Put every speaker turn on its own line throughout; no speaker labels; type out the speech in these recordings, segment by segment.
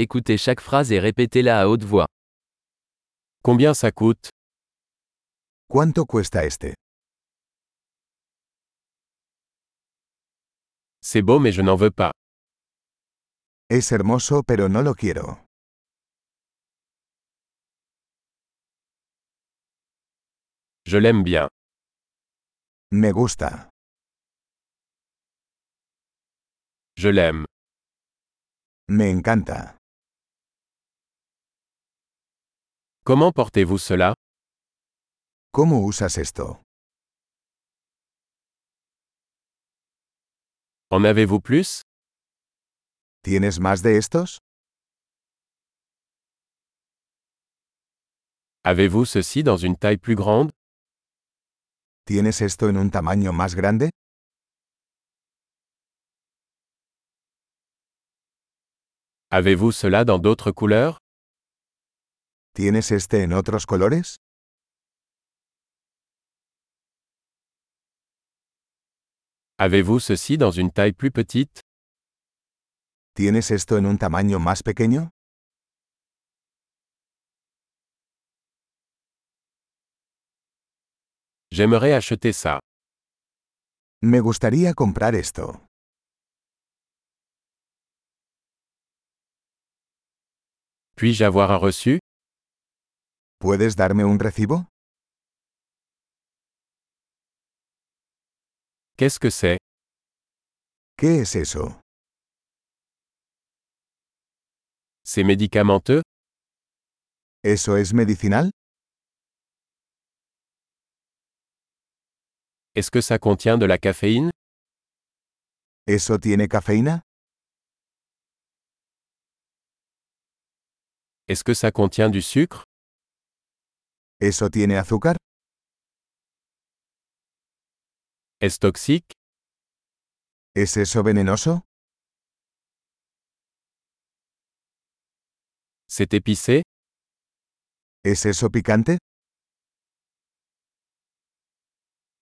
Écoutez chaque phrase et répétez-la à haute voix.
Combien ça coûte
¿Cuánto cuesta este?
C'est beau mais je n'en veux pas.
Es hermoso pero no lo quiero.
Je l'aime bien.
Me gusta.
Je l'aime.
Me encanta.
Comment portez-vous cela
¿Cómo usas esto?
En avez-vous plus
¿Tienes más de estos?
Avez-vous ceci dans une taille plus grande
¿Tienes esto en un tamaño más grande?
Avez-vous cela dans d'autres couleurs
¿Tienes este en otros colores?
Avez-vous ceci dans une taille plus petite
¿Tienes esto en un tamaño más pequeño?
J'aimerais acheter ça.
Me gustaría comprar esto.
Puis-je avoir un reçu
¿Puedes darme un recibo?
Qu'est-ce que c'est
¿Qué es eso?
C'est médicamenteux
¿Eso es medicinal?
Est-ce que ça contient de la caféine
¿Eso tiene cafeína?
Est-ce que ça contient du sucre
¿Eso tiene azúcar?
Est-ce toxique
¿Es eso venenoso?
C'est épicé
¿Es eso picante?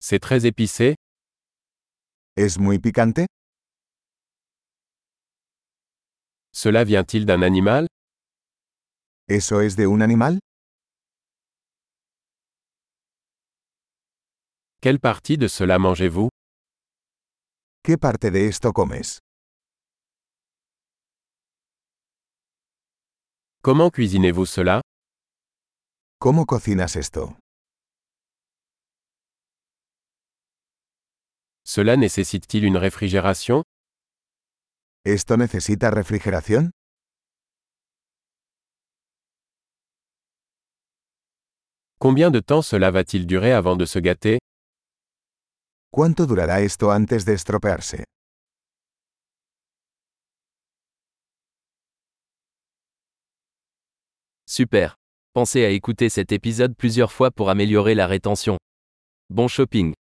C'est très épicé
¿Es muy picante?
Cela vient-il d'un animal
¿Eso es de un animal?
Quelle partie de cela mangez-vous
¿Qué parte de esto comes?
Comment cuisinez-vous cela
¿Cómo cocinas esto?
Cela nécessite-t-il une réfrigération
¿Esto necesita refrigeración?
Combien de temps cela va-t-il durer avant de se gâter
¿Cuánto durará esto antes de estropearse?
Super. Pensez à écouter cet épisode plusieurs fois pour améliorer la rétention. Bon shopping.